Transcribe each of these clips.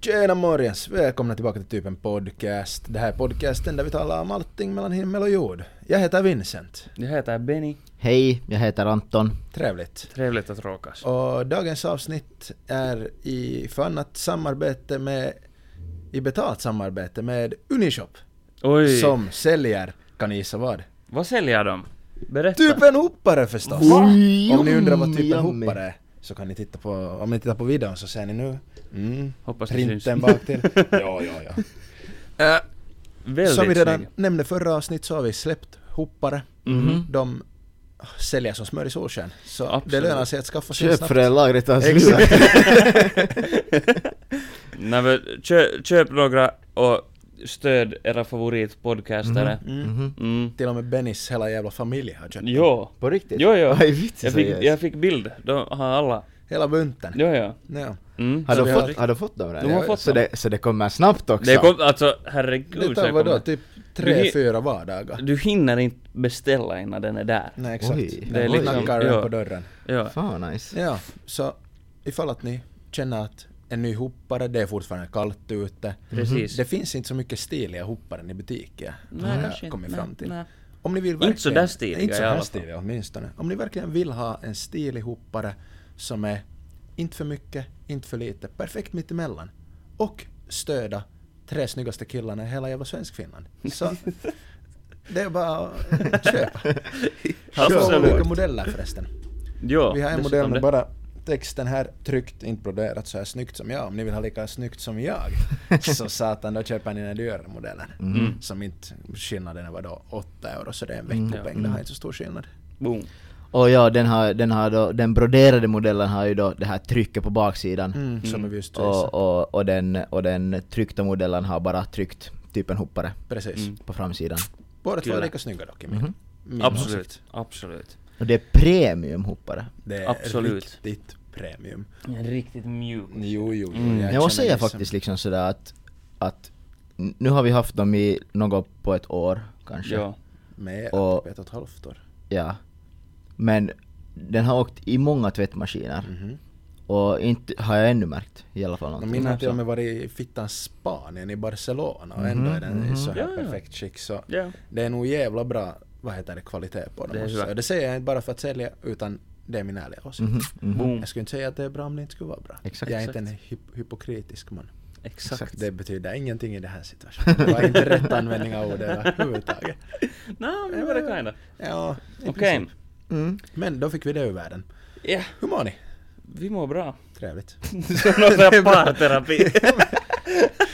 Tjena morgens! Välkomna tillbaka till Typen Podcast. Det här är podcasten där vi talar om allting mellan himmel och jord. Jag heter Vincent. Jag heter Benny. Hej, jag heter Anton. Trevligt. Trevligt att råkas. Och dagens avsnitt är i förunnat samarbete med, i betalt samarbete med Unishop. Oj! Som säljer, kan ni gissa vad? Vad säljer de? Berätta. Typen hoppare förstås! Va? Om ni undrar vad typen Yummy. hoppare är så kan ni titta på, om ni tittar på videon så ser ni nu. Mm. Hoppas det Printen syns. bak till. Ja, ja, ja. Eh, Väldigt som vi redan snygg. nämnde förra avsnitt så har vi släppt hoppare. Mm-hmm. Mhm. De säljer som smör i solsken. Så Absolut. det lönar sig att skaffa sig Köp snabbt. för det lagret tar slut. Exakt. Nej, men kö, köp några och stöd era favoritpodcastare. Mm. Mhm. Mm. Till och med Bennys hela jävla familj har köpt. Jo. På riktigt? Jo, jo. Aj, vitsi, Jag fick, seriöst. jag fick bild. De har alla. Hela bunten. Jo, jo. Ja. Mm. Har Så du vi har- fått, har du fått dem redan? De har Ja, fått så, dem. det, så det kommer snabbt också? Det kom, alltså herregud Det så tar jag vadå, kommer- typ Du tre, hi- fyra vardagar? Du hinner inte beställa innan den är där. Nej exakt. Oj. Det Det är är liksom- Knackar den ja. på dörren. Ja. Fan vad nice. Ja, så ifall att ni känner att en ny hoppare, det är fortfarande kallt ute. Precis. Det finns inte så mycket stiliga hopparen i butiker. Nej, har jag kanske inte. kommit Nej, fram till. nej. Om ni vill Inte så där verkligen- stiliga Inte så i alla här fall. stiliga åtminstone. Om ni verkligen vill ha en stilig hoppare som är inte för mycket, inte för lite, perfekt mittemellan. Och stöda tre snyggaste killarna i hela jävla Svenskfinland. Så det är bara att eh, köpa. Två Absolut. olika modeller förresten. Jo, Vi har en dessutom modell med det. bara texten här tryckt, inte broderat så här snyggt som jag. Om ni vill ha lika snyggt som jag, så satan då köper ni den dyrare modellen. Mm. Som inte, skillnaden var då 8 euro så det är en veckopeng, Mm. det har inte så stor skillnad. Boom. Och ja, den, har, den, har då, den broderade modellen har ju då det här trycket på baksidan. Mm, Som vi just visade. Och, och, och, den, och den tryckta modellen har bara tryckt typ en hoppare Precis. Mm. på framsidan. Båda två är Kyllä. lika snygga dock i min, min Absolut. åsikt. Absolut. Och det är premiumhoppare. Det är Absolut. riktigt premium. En riktigt mjuk. Jo, jo, jo. Mm. Jag, känner måste säga liksom- faktiskt liksom sådär att, att n- nu har vi haft dem i något på ett år kanske. Ja. Med Och- typ ett och ett halvt år. Ja. Men den har åkt i många tvättmaskiner. Mhm. Och inte har jag ännu märkt i alla fall Och någonting. min har så. till och med varit i fittan Spanien, i Barcelona och ändå är den i så här Mm-hmm. Ja, ja. perfekt skick så Ja. det är nog jävla bra, vad heter det, kvalitet på Det den. är måste jag hyvä. säga. Och det säger jag inte bara för att sälja utan det är min ärliga åsikt. Mm-hmm. Mhm, mhm. Boom. Jag skulle inte säga att det är bra om det inte skulle vara bra. Exakt. jag är inte en hy- hypokritisk man. Exakt. Det betyder ingenting i den här situationen. Det var inte rätt användning av ordet överhuvudtaget. Nej, men det var det kinda. Ja, i Okej. princip. Mm. Men då fick vi det ur världen. Ja, Hur mår ni? vi mår bra. Trevligt. Som någon sån här parterapi.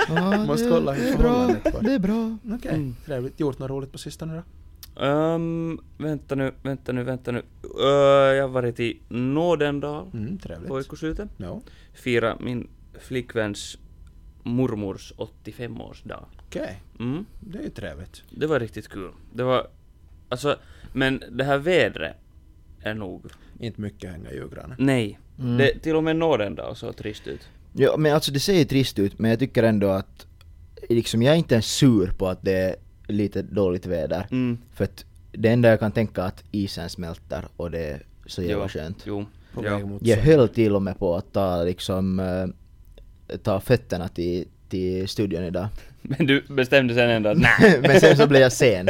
Ja, Måste kolla hur det är bra. förhållandet var. Det är bra. Okej, trevligt. Gjort något roligt på sistone då? Ehm, vänta nu, vänta nu, vänta nu. Öh, jag har varit i Nådendal Mm, trevligt. på veckoslutet. No. Fira min flickväns mormors 85-årsdag. Okej, Mm. det är ju trevligt. Det var riktigt kul. Det var... Alltså, men det här vädret är nog... Inte mycket hänga i julgranen. Mm. Nej. Mm. Det, till och med Nådendal såg trist ut. Ja, men alltså det ser ju trist ut, men jag tycker ändå att liksom, jag är inte ens sur på att det är lite dåligt väder. Mm. För att det enda jag kan tänka är att isen smälter och det är så jävla Jo, skönt. Jo. På ja. väg mot Jag sommar. höll till och med på att ta liksom, eh, ta fötterna till, till studion idag. Men du bestämde sen ändå att nej. men sen så blev jag sen.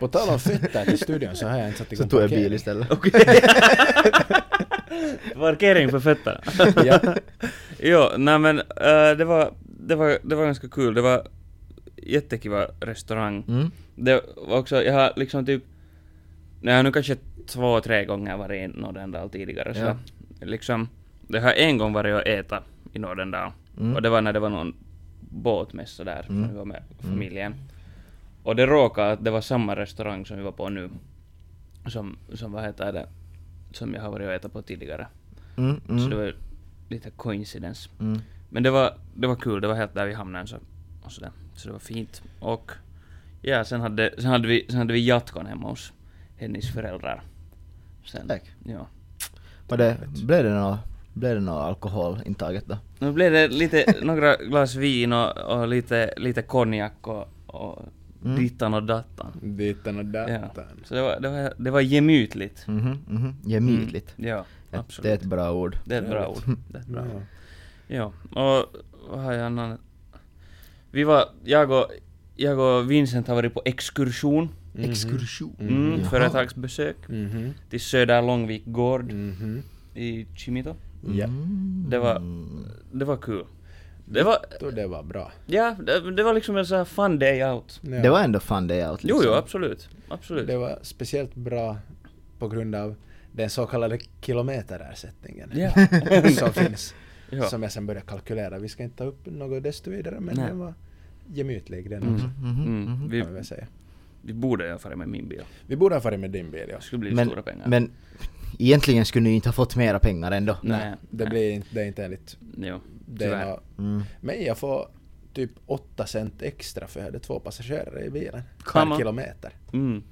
På tal om fötter till studion så har jag inte satt igång så tog jag bil parkering. istället. Parkering för fötterna. ja. Jo, nej men eh, det, var, det, var, det var ganska kul. Det var jättekiva restaurang. Mm. Det var också, jag har liksom typ, nej jag har nu kanske två, tre gånger varit i Nordendal tidigare så Ja. liksom, det har en gång varit och äta i Nordendal och det var när det var någon båtmässa där, som vi var med familjen. Och det råkade att det var samma restaurang som vi var på nu, som, som vad heter det, som jag har varit och ätit på tidigare. Mm, mm. Så det var lite coincidence. Mm. Men det var, det var kul, det var helt där vid hamnen så, och sådär. Så det var fint. Och ja, sen hade, sen hade, vi, sen hade vi jatkon hemma hos hennes föräldrar. Sen, Tack. Ja. Var det, blev det något blev det nå alkoholintaget då? Nu blev det lite, några glas vin och, och lite, lite konjak och, och Mm. dittan och dattan. Ditten och Ja. datten. Så det var, det var, det var gemytligt. Mhm, mhm. Gemytligt. Ja, Ett- Mm. Det är Mm. absolut. ett bra ord. Mm. Det är ett bra ord. Det är ett bra ord. Ja. Ja, och vad har jag Vi var, jag och, jag och Vincent har varit på exkursion. Exkursion. Mm, Jaha. Företagsbesök Mhm. till Söder Långvik gård Mhm. Mm. i Kimito. Ja. Det var, det var kul. Det var, Då det var bra. ja, det, det var liksom en sån här fun day out. Ja. Det liksom. var ändå fun day out Jo, jo, absolut. Absolut. Liksom. Det var speciellt bra på grund av den så kallade kilometerersättningen Ja. som finns. Ja. Som jag sen började kalkylera. Vi ska inte ta upp något desto vidare men Nej. den var gemytlig den Mm. också. Mm. Vi, Vi, kan vi, väl säga. vi borde ha farit med min bil. vi borde ha farit med din bil ja. Det skulle bli Men, stora pengar. men egentligen skulle ni inte ha fått mera pengar ändå. nej, Det blir inte, det är inte enligt... Jo, Det är tyvärr. nå, Mm. men jag får typ 8 cent extra för jag hade två passagerare i bilen. Kan per man? kilometer. Mm.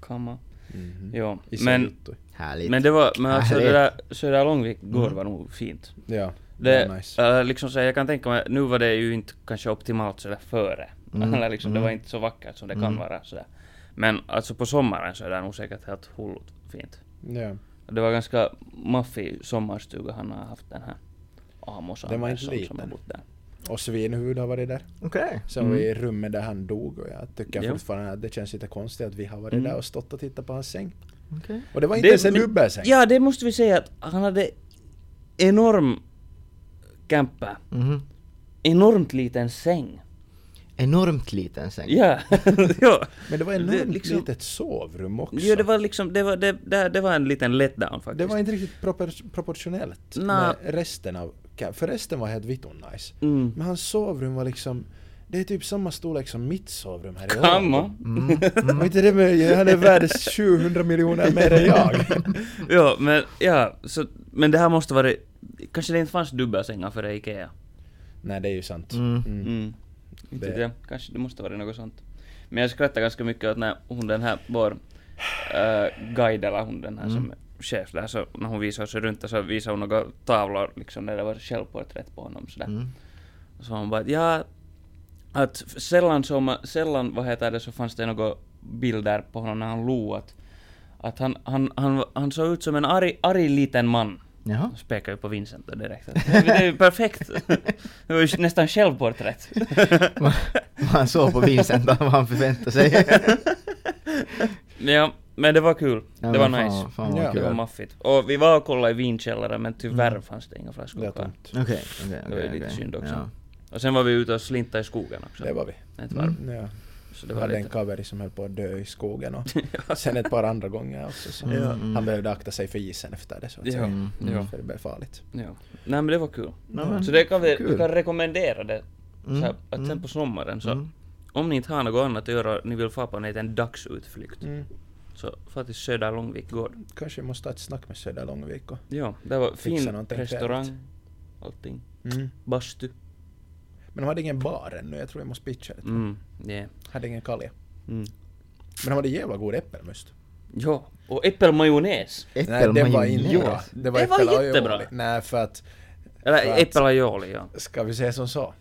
Kamma. Mhm. Jo. I Men, Sejuttu. Härligt. men det var, men alltså det Härligt. Mm. där Södra Långvik gård var nog fint. Ja, Det, det var nice. eller liksom så här, jag kan tänka mig, nu var det ju inte kanske optimalt sådär före. Mm. Eller liksom, Det var inte så vackert som det kan vara sådär. Men alltså på sommaren så är det nog säkert helt hullut fint. Ja. Det var ganska maffig sommarstuga han har haft den här Amos Den var inte Andersson som liten. har bott där. Och Svinhuvud har varit där. Okej. Sen var vi i rummet där han dog och jag tycker Mm. Ja. Mm. fortfarande att det känns lite konstigt att vi har varit där och stått och tittat på hans säng. Okej. Och det var inte ens en men- dubbelsäng. Ja, det måste vi säga att han hade enorm camper. Mhm. Enormt liten säng. Enormt liten säng. Ja, ja. Men det var enormt Det liksom- litet sovrum också. ja det var liksom, det var, det, det, det var en liten letdown faktiskt. Det var inte riktigt proper- proportionellt Nä. med resten av... ka- För resten var helt vitt och nice. Mm. Men hans sovrum var liksom... Det är typ samma storlek som mitt sovrum här i Kamma. Mm. Och inte det med... Han är värd 700 miljoner mer än jag. ja, men, ja, så, men det här måste vara... Kanske det inte fanns dubbelsängar före IKEA? Nej, det är ju sant. Mm. Mm. Mm. Inte Det- vet jag. Kanske det måste vara något sånt. Men jag skrattar ganska mycket åt när hon den här, vår äh, guide eller hon den här Mm. som är chef där, så när hon visade sig runt så visade hon några tavlor liksom där det var självporträtt på honom sådär. mm. Så hon bara att ja, att f- sällan som, sällan vad heter det så fanns det några bilder på honom när han log att, att han, han, han, han såg ut som en arg, arg liten man. Jaha. Så pekar jag på Vincent då direkt. Det är ju perfekt! Det var ju nästan självporträtt. Man, man såg på Vincent vad han förväntade sig. Ja, men det var kul. Ja, det var men nice. Fan, fan vad Ja. Det var kul. maffigt. Och Oh, vi var och kollade i vinkällaren men tyvärr Mm. fanns det inga flaskor Det är kvar. tomt. Okej, okej, okej. Det var ju lite okej. synd också. Ja. Och sen var vi ute och slintade i skogen också. Det var vi. Ett varv. Mm. Mm, Ja. Så det var hade en lite... kaveri som höll på att dö i skogen och sen ett par andra gånger också. Så Ja. Han behövde akta sig för isen efter det så att Ja, säga. mm, ja. För det blev farligt. Ja. Nej men det var kul. Ja, men Så det kan vi, vi kul. kan rekommendera det. Mm, Så här, att sen mm. på sommaren så, Mm. om ni inte har något annat att göra, ni vill fara på en liten dagsutflykt, Mm. så far till Södra Långvik gård. Mm. Kanske vi måste ta ett snack med Södra Långvik och... Ja, det var fin någonting restaurang, allting. Mm. Bastu. Men de hade ingen bar ännu, jag tror jag måste pitcha lite. Mm, yeah. Hade ingen kalja. mm. Men de hade jävla god äppelmust. Ja, och äppelmajonnäs. Nej, det var Äppelmajonnäs. inte bra. Det var, Det var äppelajoli. jättebra. Nej, för att... För Eller att- äppelajoli, ja. Ska vi säga som så?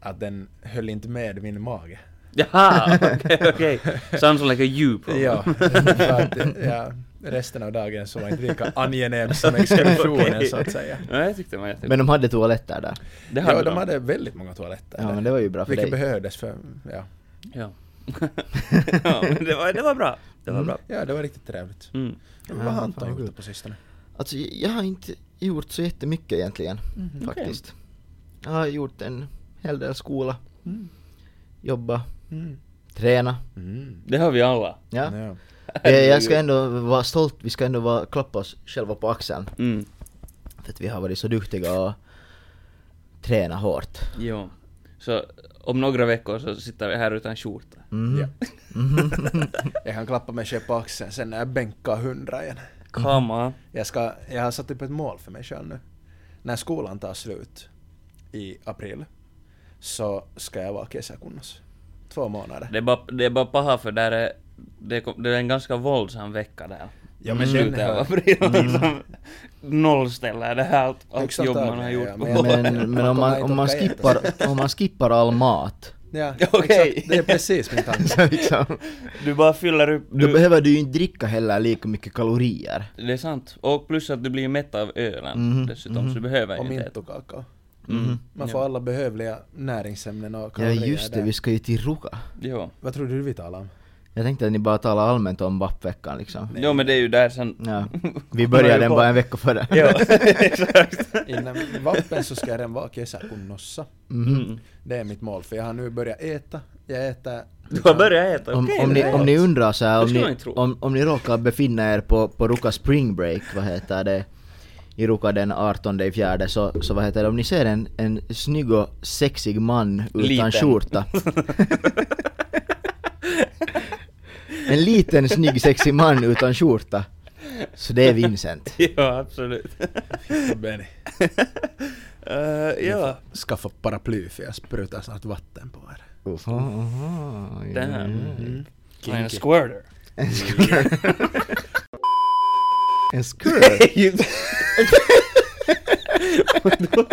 Att den höll inte med min mage. Jaha, okej, okej. Sounds like a you problem. Ja, för att ja, resten av dagen så var inte lika angenäm som exkursionen så att säga. Ja, jag tyckte det var jättebra. Men de hade toaletter där. Ja, det hade de hade väldigt många toaletter. Ja där. men det var ju bra för Vilket dig. behövdes för, ja. Ja. ja, men det var, det var bra. Det var bra. Ja, det var riktigt trevligt. Mm. Vad har Ja, Anton fan gjort vad då på sistone? Alltså jag har inte gjort så jättemycket egentligen. Mhm. Faktiskt. Jag har gjort en hel del skola. Mm. Jobba. Mm. Träna. Mm. Det har vi alla. Ja. Ja. Jag, jag ska ändå vara stolt. Vi ska ändå vara, klappa oss själva på axeln. Mm. För att vi har varit så duktiga och träna hårt. Jo. Så om några veckor så sitter vi här utan skjorta. Mm. Ja. Mm-hmm. jag kan klappa mig själv på axeln sen när jag bänkar hundra igen. Kama. Jag, ska, jag har satt upp ett mål för mig själv nu. När skolan tar slut i april så ska jag vara kesäkunnas. Två månader. Det är bara, det är bara paha för där är, det, kom- det är en ganska våldsam vecka där. Ja, men Slutet den här- Mm. av april liksom nollställer det här allt, allt Högst jobb man har antagligen, gjort ja, på men- Man Ja, men, men kommer om, man, inte om, man orka äta skippar, om man skippar all mat. Ja, Okej. exakt. Det är precis min tanke. Så liksom, Du bara fyller upp. då Du, behöver du ju inte dricka heller lika mycket kalorier. det är sant. Och plus att du blir mätt av ölen Mhm, dessutom, så du behöver Och ju inte äta. mintokakao. Mm. Man får Ja. alla behövliga näringsämnen och Ja kalorier just det, där. vi ska ju till Ruka. Jo. Vad tror du vi talar om? Jag tänkte att ni bara talar allmänt om BAP-veckan liksom. jo, men det är ju där sen... Ja. Vi Kommer börjar ju den på- bara en vecka före. Jo, exakt. Innan vapen så ska den vara kesäkunnossa. Mhm. Mm. Det är mitt mål, för jag har nu börjat äta. Jag äter... Du har börjat äta, Om, okej. om, ni, det är om ni undrar så här, Det om skulle man ni, inte tro. om, om ni råkar befinna er på, på Ruka Spring Break, vad heter det, i Ruka den 18 i fjärde, så, så vad heter det, om ni ser en, en snygg och sexig man utan Liten. skjorta. en liten snygg sexig man utan skjorta. Så det är Vincent. Ja, absolut. Benny. Eh, ja. Skaffa paraply för jag sprutar snart vatten på er. Mm. Damn. Mm. Kinky. En squirter. En skrör. en skrör?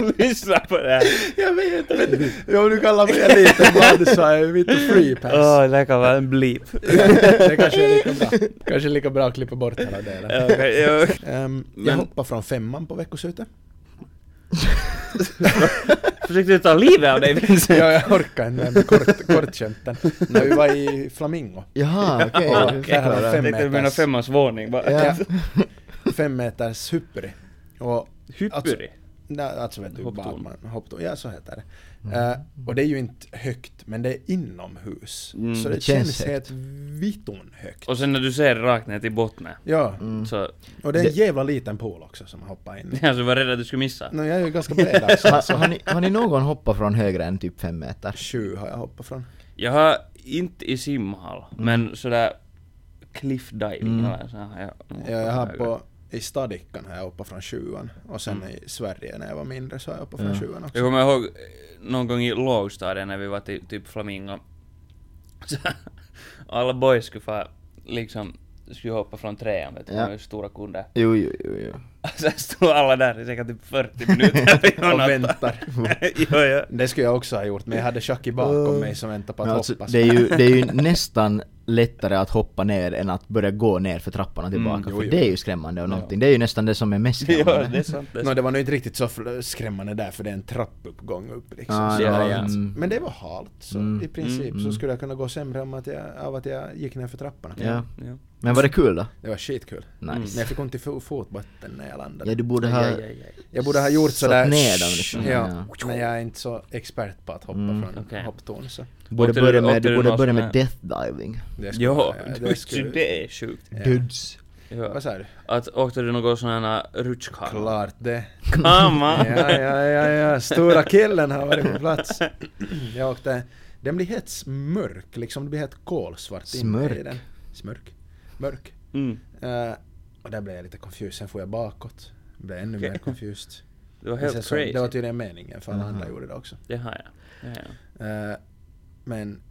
Du lyssnar på det här. Jag vet inte. Jo, du kallar mig en liten man så är jag mitt free pass. Åh, det här kan vara en bleep. det kanske är lika bra. Kanske är lika bra att klippa bort hela delen. Okej, jo. Ehm, jag Men- hoppar från femman på veckoslutet. Försökte du ta livet av dig Vincent? Ja, jag orkar inte med kort, kortskämten. När vi var i Flamingo. Jaha, okej. Ja, vi okej. förklarar. Fem Tänkte du meters. menar femmans våning bara? Ja. Fem meters hypperi. Och Alltså, Hypperi? Nej, alltså vet du, Hopptorn. hopptorn. Man, hopptorn. Ja, så heter det. Eh, och det är ju inte högt, men det är inomhus. Mm, så det, det känns känns högt. helt vitton högt. Och sen när du ser rakt ner till botten Ja, så... och det är en jävla liten pool också som man hoppar in i. Alltså var rädd att du skulle missa. Nå, jag är ju ganska bred alltså. Har, har, ni, har ni någon hoppat från högre än typ fem meter? Sju har jag hoppat från. Jag har inte i simhall, Mm. men sådär cliff diving eller så här. har Ja, jag har på, i Stadickan har jag hoppat från sjuan. Och sen i Sverige när jag var mindre så har jag hoppat från sjuan också. Jag kommer ihåg eh, någon gång i lågstadiet när vi var till, typ Flamingo. Så alla boys skulle få liksom, skulle hoppa från trean vet du, Ja. de är ju stora kunder. Jo, jo, jo, jo. Sen stod alla där i säkert typ 40 minuter Och natta. väntar. jo, ja. Det skulle jag också ha gjort, men jag hade Chucky bakom mig som väntade på att Men alltså, hoppa. det, är ju, det är ju nästan lättare att hoppa ner än att börja gå ner för trapporna tillbaka. jo, för jo. det är ju skrämmande och någonting. Det är ju nästan det som är mest ja, skrämmande. det är sant. Det är Nå, sant. det var nog inte riktigt så fl- skrämmande där, för det är en trappuppgång upp liksom. Ah, så ja, det är ja. inte- Mm. Men det var halt, så i princip så skulle jag kunna gå sämre om att jag, av att jag gick ner för trapporna. Ja. Ja. Men var det kul då? Det var skitkul. Mm. Men Nice. jag fick ont i fo- fotbotten när jag landade. Ja, du borde ha... Aj, aj, aj, aj. Jag borde ha gjort satt sådär... ner dem liksom. Mm. Ja, men jag är inte så expert på att hoppa från Okej. hopptorn så. Borde Åkte du- börja med, åkte du du borde någon börja sån med här- death diving. Det skulle- Jo, det det, skulle... det är sjukt. Dudes. Ja. Vad sa du? Att åkte du någon sån här rutschkana? Klart det. Kama! Ja, ja, ja, ja. Stora killen har varit på plats. Jag åkte... Den blir helt smörk, liksom. Det blir helt kolsvart inne i Smörk? den. Smörk? Mörk. Mm. Eh, och där blev jag lite confused, sen får jag bakåt. Blev ännu mer confused. Det var Men sen helt så- crazy. Det var typ- tydligen meningen, för alla Aha. andra gjorde det också. Det har jag. Det har jag. Eh, men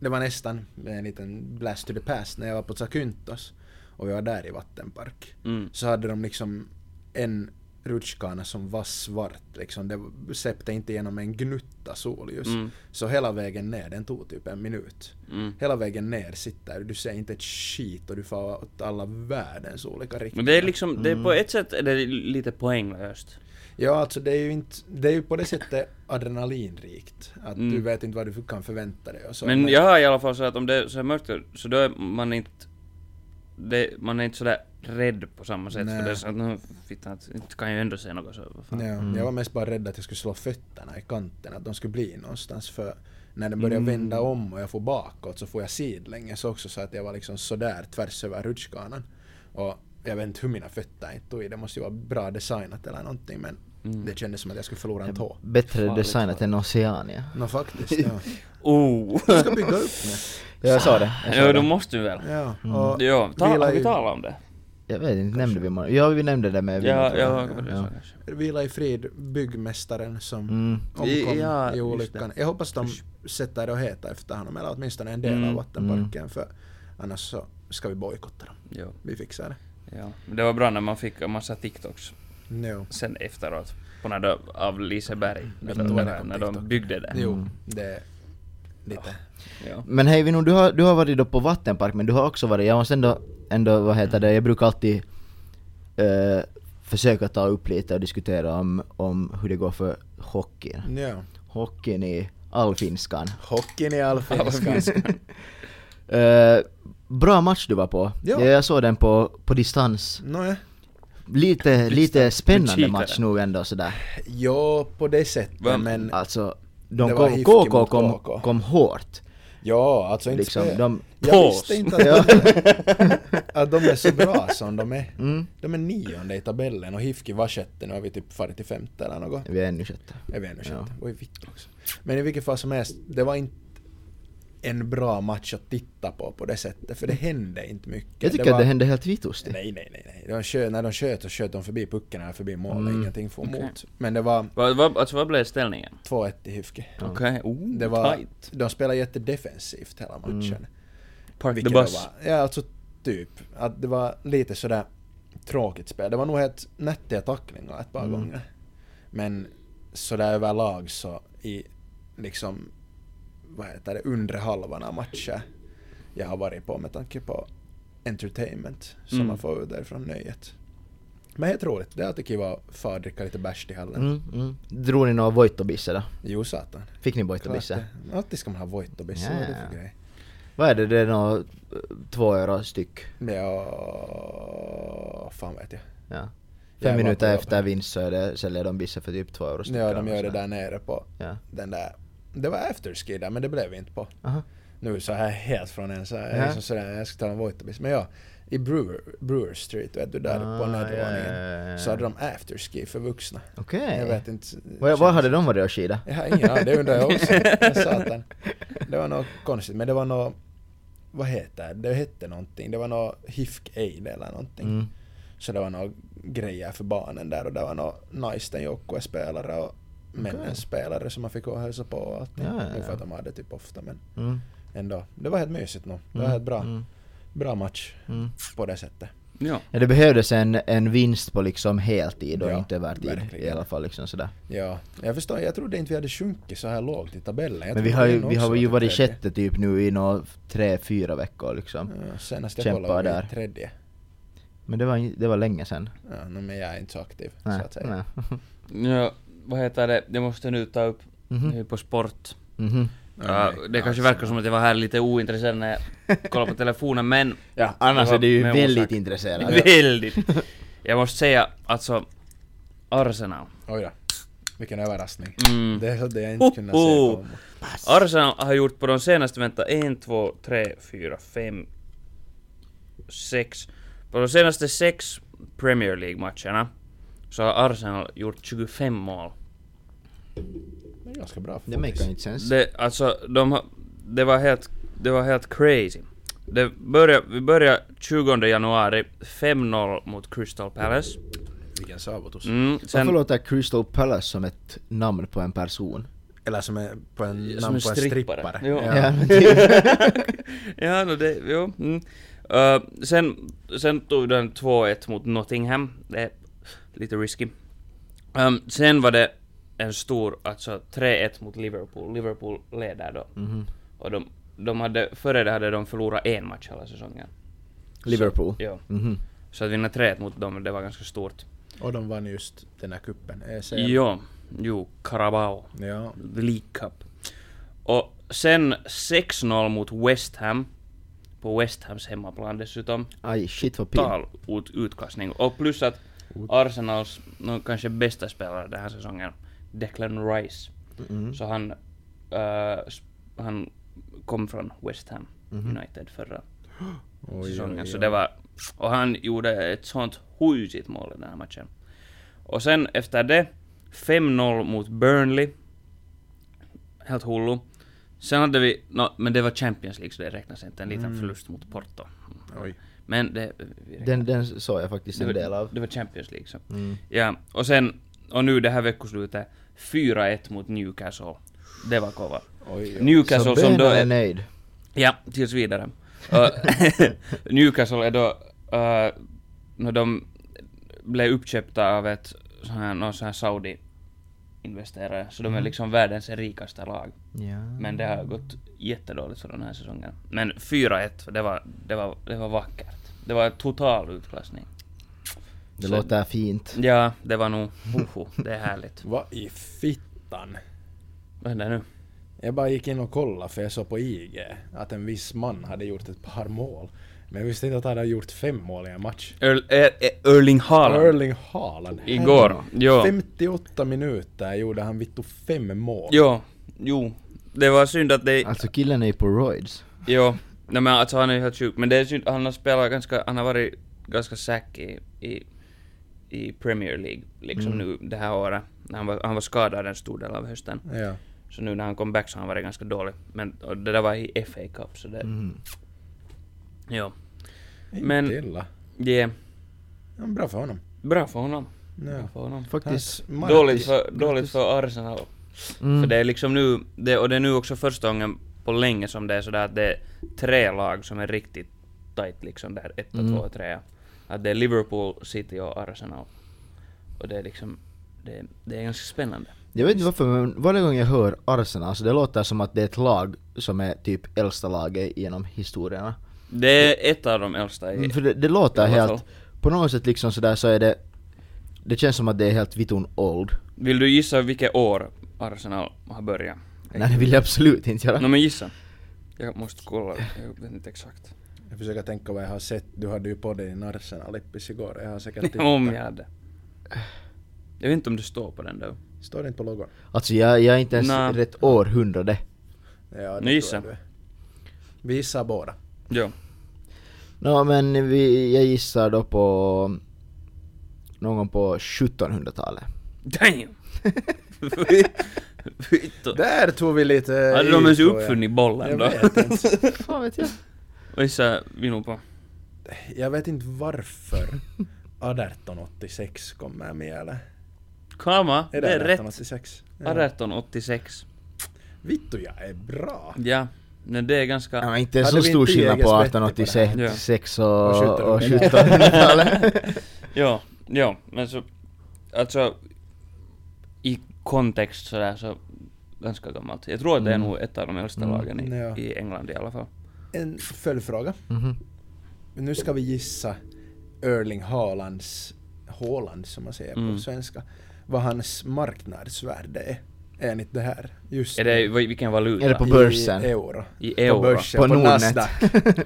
det var nästan en liten blast to the past när jag var på Zakynthos och vi var där i vattenpark. Mm. Så hade de liksom en rutschkana som var svart liksom. Det släppte inte igenom en gnutta solljus. Mm. Så hela vägen ner, den tog typ en minut. Mm. Hela vägen ner sitter du, du ser inte ett skit och du far åt alla världens olika riktningar. Men det är liksom, det är Mm. på ett sätt är det lite poänglöst. Ja, alltså det är ju inte, det är ju på det sättet adrenalinrikt. Att Mm. du vet inte vad du kan förvänta dig och så. Men jag har i alla fall så att om det är så här mörkt så då är man inte... Det, man är inte sådär rädd på samma sätt Nej. för det är så att nu fittan, att inte kan jag ändå se något så vad fan. Ja, Jag var mest bara rädd att jag skulle slå fötterna i kanten, att de skulle bli någonstans för när den börjar vända om och jag får bakåt så får jag sidlänges också så att jag var liksom sådär tvärs över rutschkanan. Och jag vet inte hur mina fötter inte tog i, det måste ju vara bra designat eller någonting men det kändes som att jag skulle förlora en tå. Bättre Farligt, designat än Oceania. Nå faktiskt, ja. Oh! Jag ska bygga upp mig. Jag sa det. Jag, ja, då sa det. måste vi väl. Ja, och Ja, tala, vilar har vi ju- talat om det? jag vet inte, nämnde vi imorgon? Ja, vi nämnde det med Ja, Vincent. ja, ja, ja. Vila i frid byggmästaren som Mm. omkom I- ja, i just olyckan. Jag hoppas de sätter det och heter efter honom, eller åtminstone en del av vattenparken för annars så ska vi bojkotta dem. Jo, Vi fixar det. ja. Men Det var bra när man fick en massa TikToks No. sen efteråt. På när de, av Liseberg. Mm. När de, var det på när de TikTok. byggde det. Jo, det är lite. Ja. Men hej Vino, du har, du har varit då på vattenpark men du har också varit, jag måste ändå, ändå vad heter det, jag brukar alltid eh, försöka ta upp lite och diskutera om, om hur det går för hockeyn. Ja. Hockeyn i allfinskan. Hockeyn i all finska. Eh, bra match du var på. Ja. Jag såg den på, på distans. Nåja. Lite, lite Du spännande kikade. match nog ändå sådär. Ja, på det sättet Vem- men... Alltså, de Det var kom, hifki KK mot kom, KK. kom hårt. Ja, alltså inte Liksom, spö. de- Jag Pås. visste inte att de, att de är så bra som de är. Mm. De är nionde i tabellen och Hifki var sjätte, nu har vi typ farit till femte eller något. Vi är ännu sjätte. Jag vet inte, Ja. sjätte. Oj, vitt också. Men i vilket fall som helst, det var inte en bra match att titta på på det sättet, för det hände inte mycket. Jag tycker var, att det hände helt vitustigt. Nej, nej, nej. nej. De kö, när de sköt så sköt de förbi pucken eller förbi målet, Mm. ingenting får Okej. emot. Men det var Vad, vad, alltså vad blev ställningen? 2-1 till Hifki. Ja. Okej, oh, Det var, tight. de spelade jättedefensivt hela matchen. Park the Vilket bus. det var. Ja, alltså typ. Att det var lite sådär tråkigt spel. Det var nog helt nättiga tacklingar ett par Mm. gånger. Men sådär överlag så i liksom, vad heter det, undre halvan av matcher jag har varit på med tanke på entertainment som Mm. man får ut därifrån nöjet. Men helt roligt. Det är alltid kul att fara och dricka lite bärs till hallen. Mm, mm. Drog ni några Voittobisse då? Jo satan. Fick ni Klart Voittobisse? det. Alltid ska man ha Voittobisse, vad är det Ja. för grej? Vad är det? Det är nå eh, två euro styck. Ja, fan vet jag. Ja. Jag Fem var på minuter jobbet. efter vinst så är det, säljer de bisse för typ två euro styck. Ja, eller de gör det något där nere på sånt. Ja. den där... Det var afterski där, men det blev vi inte på. Aha. Nu så här helt från en så här, Ja. liksom sådär, jag ska ta en Voitabis. Men ja, i Brewer, Brewer Street, vet du, där Ah, på nedervåningen. Så hade de afterski för vuxna. Okej. Jag vet inte. Vad, vad hade de varit och skida? Jag har ingen aning, det undrar jag också. Satan. Det var något konstigt, men det var något... Vad heter det? Det hette någonting. Det var något Hifk Aid eller någonting. Mm. Så det var några grejer för barnen där och det var några naisten joukkuespelare och männens Okej. spelare som man fick gå och hälsa på och allting. Ja, ja, Nu för ja. att de hade typ ofta men Mm. ändå. Det var helt mysigt nog. Det var Mm. helt bra, Mm. bra match Mm. på det sättet. Ja. Ja, det behövdes en, en vinst på liksom heltid och Ja, inte övertid verkligen. i alla fall liksom sådär. Ja, jag förstår. Jag trodde inte vi hade sjunkit så här lågt i tabellen. Jag Men vi trodde har ju, nog vi också har ju varit i varit tredje. sjätte typ nu i nå tre, fyra veckor liksom. Ja, senast jag Kämpar kollade var vi där. där. tredje. Men det var, ju- det var länge sen. Ja, no, men jag är inte så aktiv Nej, så att säga. ja. Vad heter det? Jag måste nu ta upp Mhm. jag är på sport. Mhm. Ja, nej, det kanske alltså. verkar som att jag var här lite ointresserad när jag kollade på telefonen men... Ja, annars Det var är du ju med väldigt orsak. intresserad. Väldigt! Jag måste säga, alltså... Arsenal. Oj då. Vilken överraskning. Mm. Det hade jag inte kunnat se Hoho! komma. Arsenal har gjort på de senaste, vänta, 1, 2, 3, 4, 5, 6. På de senaste sex Premier League-matcherna så har Arsenal gjort 25 mål. Det är ganska bra för Det fotis. make inte sense. Det, alltså, de har, det var helt, det var helt crazy. Det började, vi började 20 januari, 5-0 mot Crystal Palace. Vilken sabotus. Mm, Varför sen, låter Crystal Palace som ett namn på en person? Eller som är på en, namn som en på en strippare. strippare. Jo. Ja. Ja, men typ. ja, no, det, jo. Mm. Eh, sen, sen tog den 2-1 mot Nottingham. Det är lite risky. Ehm, sen var det en stor, alltså 3-1 mot Liverpool. Liverpool leder då. Mhm. Och de, de hade, före det hade de förlorat en match hela säsongen. Liverpool. Ja. Mhm. Så att vinna 3-1 mot dem, det var ganska stort. Och de vann just den här kuppen, ECL. Jo, jo, Carabao. Ja. The League Cup. Och sen 6-0 mot West Ham. På West Hams hemmaplan dessutom. Aj, shit vad pin. total ut, utkastning. Och plus att Arsenals no, kanske bästa spelare den här säsongen, Declan Rice, Mm. så han, eh, sp- han kom från West Ham United förra Oj, säsongen. oj, Så oj. det var, och han gjorde ett sånt hujigt mål i den här matchen. Och sen efter det, 5-0 mot Burnley. Helt hullu. Sen hade vi, nå, men det var Champions League så det räknas inte, en liten Mm. förlust mot Porto. Oj. Men det... vi räknar- Den, den såg jag faktiskt en det var- del av. Det var Champions League så. Mm. Ja, och sen, och nu det här veckoslutet, 4-1 mot Newcastle. Det var kova. Oj, oj. Newcastle som då bönarna är är... nöjd. Ja, tills vidare. Och Newcastle är då... eh, när de blev uppköpta av ett sån här, någon sån här Saudi-investerare, så de är liksom världens rikaste lag. Ja. Men det har gått jättedåligt för den här säsongen. Men 4-1, det var, det var, det var vackert. Det var en total utklassning. Det låter fint. Ja, det var nog... Hoho, det är härligt. Vad i fittan? Vad händer nu? Jag bara gick in och kollade för jag såg på IG att en viss man hade gjort ett par mål. Men jag visste inte att han hade gjort fem mål i en match. Öl, Ä- Ä- eh, Erling Haaland. Erling Haaland. Igår. Jo. 58 minuter gjorde han vittu fem mål. Jo. Jo. Det var synd att det... Alltså killen är ju på roids. Jo. Nej men alltså han är ju helt sjuk. Men det är synd, han har spelat ganska... Han har varit ganska säck i, i, i Premier League liksom nu det här året. Han var, han var skadad en stor del av hösten. Ja. Så nu när han kom back så har han varit ganska dålig. Men och det där var i FA Cup så det... Mm-hmm. Mhm. Jo. Inte Men- illa. Det är Ja, bra för honom. bra för honom. Bra Ja. för honom. Faktiskt. Hans Dåligt Martis- för, dåligt för Arsenal. Mm. För det är liksom nu, det, och det är nu också första gången på länge som det är sådär att det är tre lag som är riktigt tight liksom där, ett, Mm. två, tre. Att det är Liverpool, City och Arsenal. Och det är liksom, det, det är ganska spännande. Jag vet inte varför men varje gång jag hör Arsenal så det låter som att det är ett lag som är typ äldsta laget genom historierna. Det är ett av de äldsta i... Mm, För det, det låter I alla helt... På något sätt liksom sådär så är det... Det känns som att det är helt vitun old. Vill du gissa vilket år Arsenal har börjat? Nej det vill jag absolut inte göra. Nå men gissa. Jag måste kolla, jag vet inte exakt. Jag försöker tänka vad jag har sett. Du hade ju på dig en Arsenal-lippis igår. Jag har säkert tittat. Om jag hade. Jag vet inte om det står på den då. Står det inte på logon? Alltså jag, jag är inte ens Nej. rätt århundrade. Ja, det tror Nu jag gissar. du är. Vi gissar båda. Jo. Nå men vi, jag gissar då på... Någon på 1700-talet. Damn! Vittu. Där tog vi lite... Hade de ens uppfunnit bollen Jag då? vet inte. Fan vet jag. Vissa vinner på. Jag vet inte varför 1886 kommer med eller? Kama, det är rätt. 1886? Ja. 1886. Vittu jag är bra! Ja, men det är ganska... Ja, inte Hade så vi stor inte skillnad på Jägers bättre på det här? 1886 och, Och och 1700-talet. 1700-talet. Ja, ja, men så... Alltså... I kontext sådär så... Ganska gammalt. Jag tror att det är nog ett av de äldsta lagen i, Ja. i England i alla fall. En följdfråga. Mhm. Nu ska vi gissa Erling Haalands, Haaland som man säger Mm. på svenska, vad hans marknadsvärde är enligt det här. Just Är det, vad- vilken valuta? Är det på i börsen? euro. I På euro. börsen, På på, Nordnet. Nasdaq.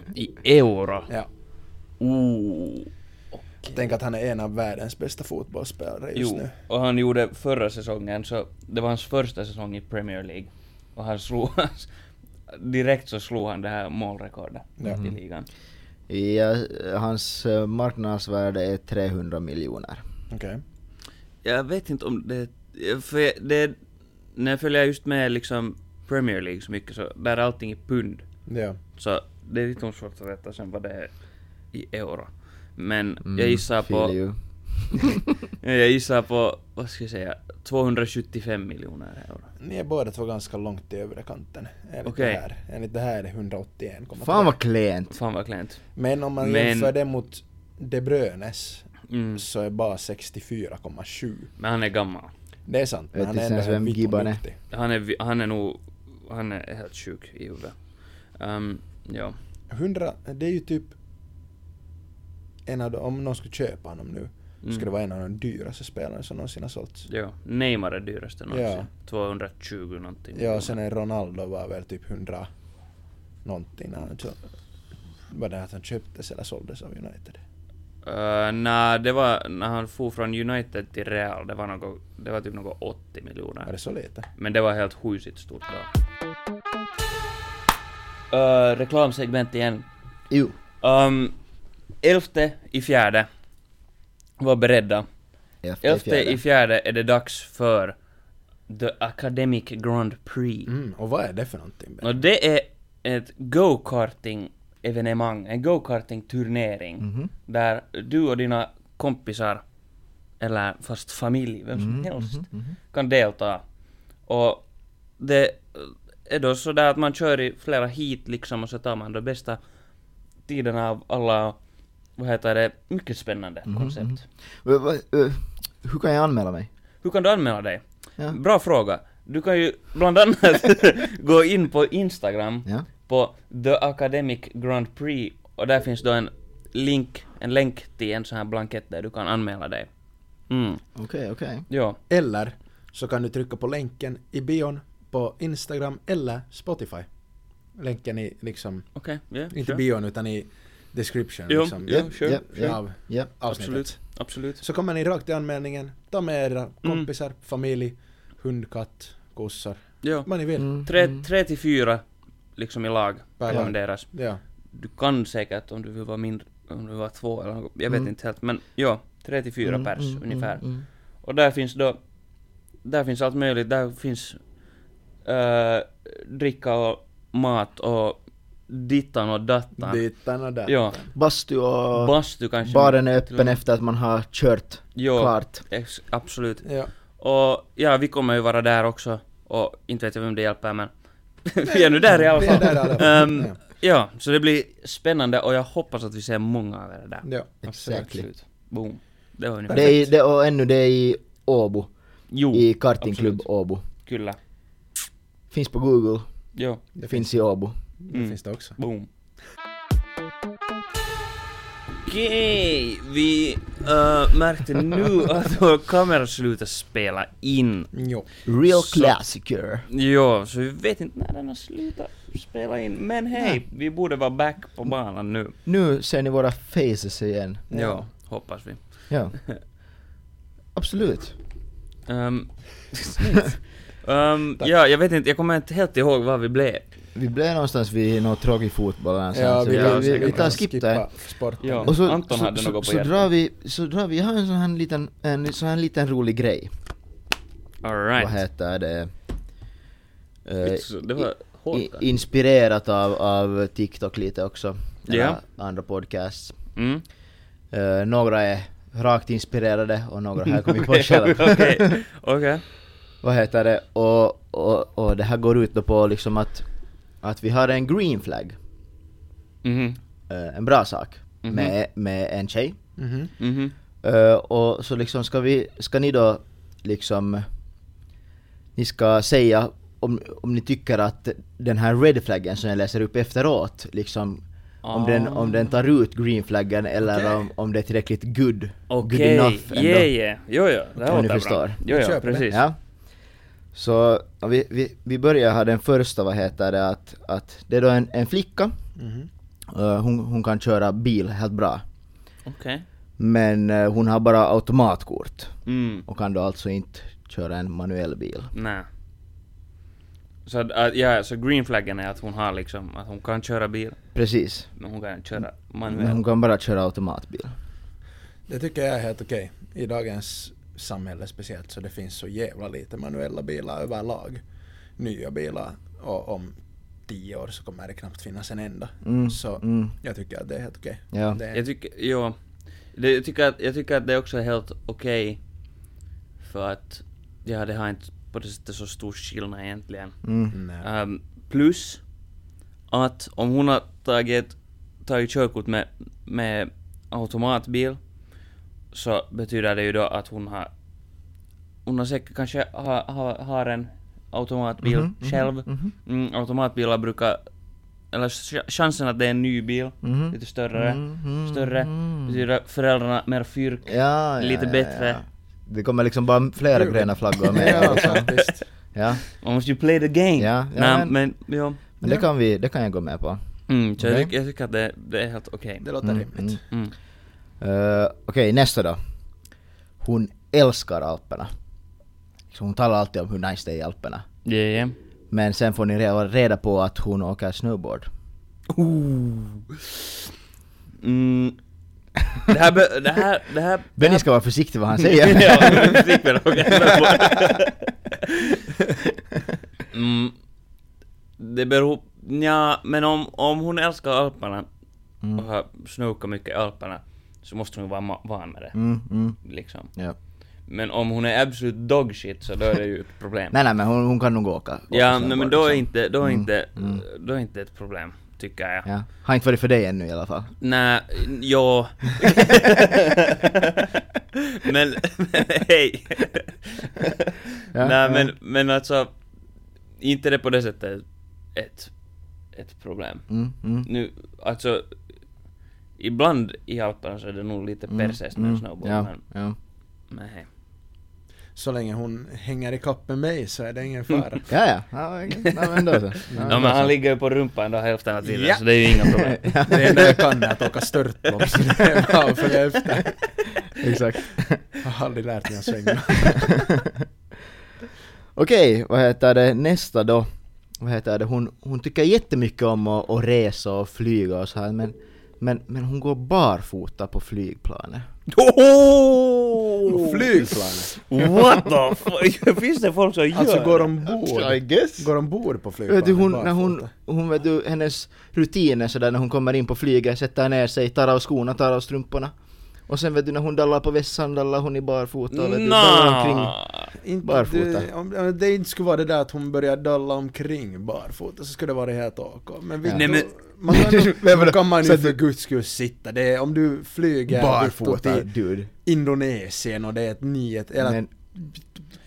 I euro? Ja. Ooh. Tänk att han är en av världens bästa fotbollsspelare just Jo, nu. och han gjorde förra säsongen, så det var hans första säsong i Premier League. Och han slog, direkt så slog han det här målrekordet Ja. Mm. i ligan. Ja, hans eh, marknadsvärde är 300 miljoner. Okej. Jag vet inte om det, för jag- det, när jag följer just med liksom Premier League så mycket så där är allting i pund. Ja. Så det är lite svårt att veta sen vad det är i euro. Men Mm. Mm, Mm, jag gissar Feel på, you. jag gissar på, vad ska jag säga, 275 miljoner euro. Ni är båda två ganska långt i övre kanten. Enligt, Okej. det, här. enligt det här är det 181. Fan vad klent. Fan vad klent. Men om man Men- jämför det mot De Bruynes Mm. så är bara 64,7. Men han är gammal. Det är sant, men Vet han inte är ändå ens vem helt Gibban är. vittonduktig. Han är, vi- han är nog, han är helt sjuk i huvudet. Ehm, ja. 100, det är ju typ en av de, om någon skulle köpa honom nu, så skulle det vara en av de dyraste spelarna som någonsin har sålts. ja. Neymar är dyraste någonsin. Ja. 220 någonting. Ja, sen är Ronaldo var väl typ 100 någonting när han kö- var det att han köptes eller såldes av United? Eh, Nej, det var när han for från United till Real. Det var, något, det var typ något 80 Är miljoner. det så lite? Men det var helt husigt stort då. Eh, reklamsegment igen. Jo. Um, elfte i fjärde. Var beredda. Elfte, Elfte i fjärde är det dags för The Academic Grand Prix. Mm, och vad är det för någonting? Och det är ett go-karting-evenemang, en go-karting-turnering. Där du och dina kompisar, eller fast familj, vem som helst, kan delta. Och det är då sådär att man kör i flera heat liksom och så tar man de bästa tiderna av alla, vad heter det, mycket spännande koncept. Va- va- eh, Hur kan jag anmäla mig? Hur kan du anmäla dig? Ja. Bra fråga. Du kan ju bland annat gå in på Instagram Ja. på The Academic Grand Prix och där finns då en link, en länk till en sån här blankett där du kan anmäla dig. Mm. Okej, okej. Ja. Eller så kan du trycka på länken i bion på Instagram eller Spotify. Länken i liksom, Okej, ja. inte sure. bion utan i description Jo, liksom. jo, sure, ja, sure. Av Ja. avsnittet. Absolut, absolut. Så kommer ni rakt till anmälningen, ta med era Mm. kompisar, familj, hund, katt, kossar, Ja. vad ni vill. Mm, Tre, mm. tre till fyra liksom i lag Per lag. rekommenderas. Ja. Du kan säkert om du vill vara mindre, om du vill vara två eller något, jag vet Mm. inte helt men ja, tre till fyra Mm, pers mm, ungefär. mm, mm. Och där finns då, där finns allt möjligt, där finns eh, dricka och mat och dittan och dattan. Dittan och där. Ja, Bastu och bastu kanske. baren är till och öppen med. efter att man har kört Jo, klart. ex- absolut. Ja. Och ja, vi kommer ju vara där också. Och inte vet jag vem det hjälper men vi är nu där i alla Vi är där i fall. alla fall. Ehm, ja. Ja, så det blir spännande och jag hoppas att vi ser många av er där. ja. Exactly. Absolut. Boom. Det var ungefär Det är, i- det, och ännu det är i Åbo, Jo, i kartingklubb Oh, absolut. Åbo. kyllä. Finns på google, Jo, Det finns, finns i Åbo. det finns det också. boom. Okej, vi äh, märkte nu att vår kamera slutar spela in. Jo. Real Så- classicer. Jo, så vi vet inte när den har slutat spela in. Men hej, vi borde vara back på banan nu. Nu ser ni våra faces igen. Ja, hoppas vi. Ja. Absolut. Ehm, ehm, ja, jag vet inte, jag kommer inte helt ihåg var vi blev. Vi blev någonstans vid någon tråkig fotboll eller Ja, så vi, Ja, vi, vi, vi, vi tar kan skip där. skippa sporten. Ja. Och så, Anton så, hade så, något på så hjärtat. drar vi, så drar vi, jag har en sån här liten, en sån här liten rolig grej. Vad Alright. heter det? Eh, Vitsi, Det var i, hårt där. inspirerat av, av TikTok lite också. Ja. Eller Andra podcasts. Mm. Eh, några är rakt inspirerade och några har jag kommit på Okej, själv. Okej, okej. Vad heter det? Och, och, och det här går ut då på liksom att, att vi har en green flag. Mhm, eh, en bra sak. Mhm. Med, med en tjej. Mhm. mhm. Eh, och så liksom ska vi, ska ni då liksom, ni ska säga om, om ni tycker att den här red flaggen som jag läser upp efteråt, liksom om, den, om Ah. den tar ut green flaggen eller om, om det är tillräckligt good, good Okej, enough ändå. yeah yeah. Jo jo, det Om här ni låter förstår. bra. Jo jo, Köper det. precis. Ja. Så ja, vi, vi, vi börjar här den första, vad heter det, att, att det är då en, en flicka, Mhm. eh, hon, hon kan köra bil helt bra. Okej. Men eh, hon har bara automatkort Mm, och kan då alltså inte köra en manuell bil. nä. Så att, att- ja, så green flaggen är att hon har liksom, att hon kan köra bil, Precis. men hon kan inte köra Men manuellt. hon kan bara köra automatbil. Det tycker jag är helt okej. I dagens samhälle speciellt så det finns så jävla lite manuella bilar överlag. Nya bilar och om tio år så kommer det knappt finnas en enda. Mm, Så mm. jag tycker att det är helt okej. Ja. Det är- Jag tycker, jo. Det, jag, tycker att, jag tycker att det också är helt okej. för att, ja det har inte på det sättet så stor skillnad egentligen. Mm. Nej. Ehm, plus att om hon har tagit, tagit körkort med, med automatbil så betyder det ju då att hon har hon har säkert kanske har, har, har en automatbil Mhm, mhm, själv. mhm. Mm, automatbilar brukar... Eller ch- chansen att det är en ny bil, Mhm. lite större, Mhm, större, mhm. betyder föräldrarna mer fyrk, Ja, ja, lite ja, bättre. Ja. Det kommer liksom bara flera Kul. gröna flaggor med. ja, liksom. faktiskt. ja. Man måste ju play the game! Ja, ja, Nä, men- men, ja. Men det Ja. kan, vi, det kan jag gå med på. Mm, så jag, Okej. tycker- jag tycker att det, det är helt okej. Det låter Mm, rimligt. Mm. Eh, Okej, nästa då. Hon älskar Alperna. Så hon talar alltid om hur nice det är i Alperna. Yeah, yeah. Men sen får ni reda, reda på att hon åker snowboard. Mm. Det här, be, det här, det här... Benny ska vara försiktig vad han Ja, säger. jag fick väl åka snowboard. mm. Det beror... Nja, men om, om hon älskar Alperna Mm. och har snokat mycket i Alperna så måste hon ju vara ma- van med det. Mm, mm. Liksom. Ja. Men om hon är absolut dog shit så då är det ju ett problem. Nej, nej men hon, hon kan nog åka. åka ja, nej, snowboard men då är liksom. mm. inte, då är inte, då är inte ett problem, tycker jag. Ja. Har inte varit för dig ännu i alla fall. Nej, ja. men, men hej. Ja, Nej ja. men, men alltså, inte det på det sättet ett, ett problem. Mm, mm. Nu, alltså, Ibland i Alperna så är det nog lite persäst med en snowboard Mm. ja, men, ja. men hej. Så länge hon hänger i kapp med mig så är det ingen Mm. fara. Ja, ja. ja okej. Nej, men alltså- då så. Ja, Ja, då men han så. ligger ju på rumpan då hälften av tiden Ja. så det är ju inga problem. Det enda jag kan är att åka störtlopp, så det är bara att följa efter. Exakt. Jag har aldrig lärt mig att svänga. Okej, vad heter det nästa då? Vad heter det? Hon, hon tycker jättemycket om att, att resa och flyga och så här men, men, men hon går barfota på flygplanet. Oh! Flygplanet! What the fuck? Finns det folk som gör Alltså går det? ombord, I guess. går ombord på flygplanet Vet du, hon, när barfota. hon, hon vet du, hennes rutiner sådär när hon kommer in på flyget, sätter ner sig, tar av skorna, tar av strumporna. Och sen vet du när hon dallar på vässan dallar hon i barfota och vet du, dallar omkring. Nå. Inte, Barfota. Det, om, om det inte skulle vara det där att hon börjar dalla omkring barfota så skulle det vara helt okej. Men, vi, Ja. Nej, men- Man kan, nog- Men vadå? då kan man Så ju att för du- guds skull sitta. Det är, om du flyger ditåt Barfota, till dude. Indonesien och det är ett nyhet eller Men,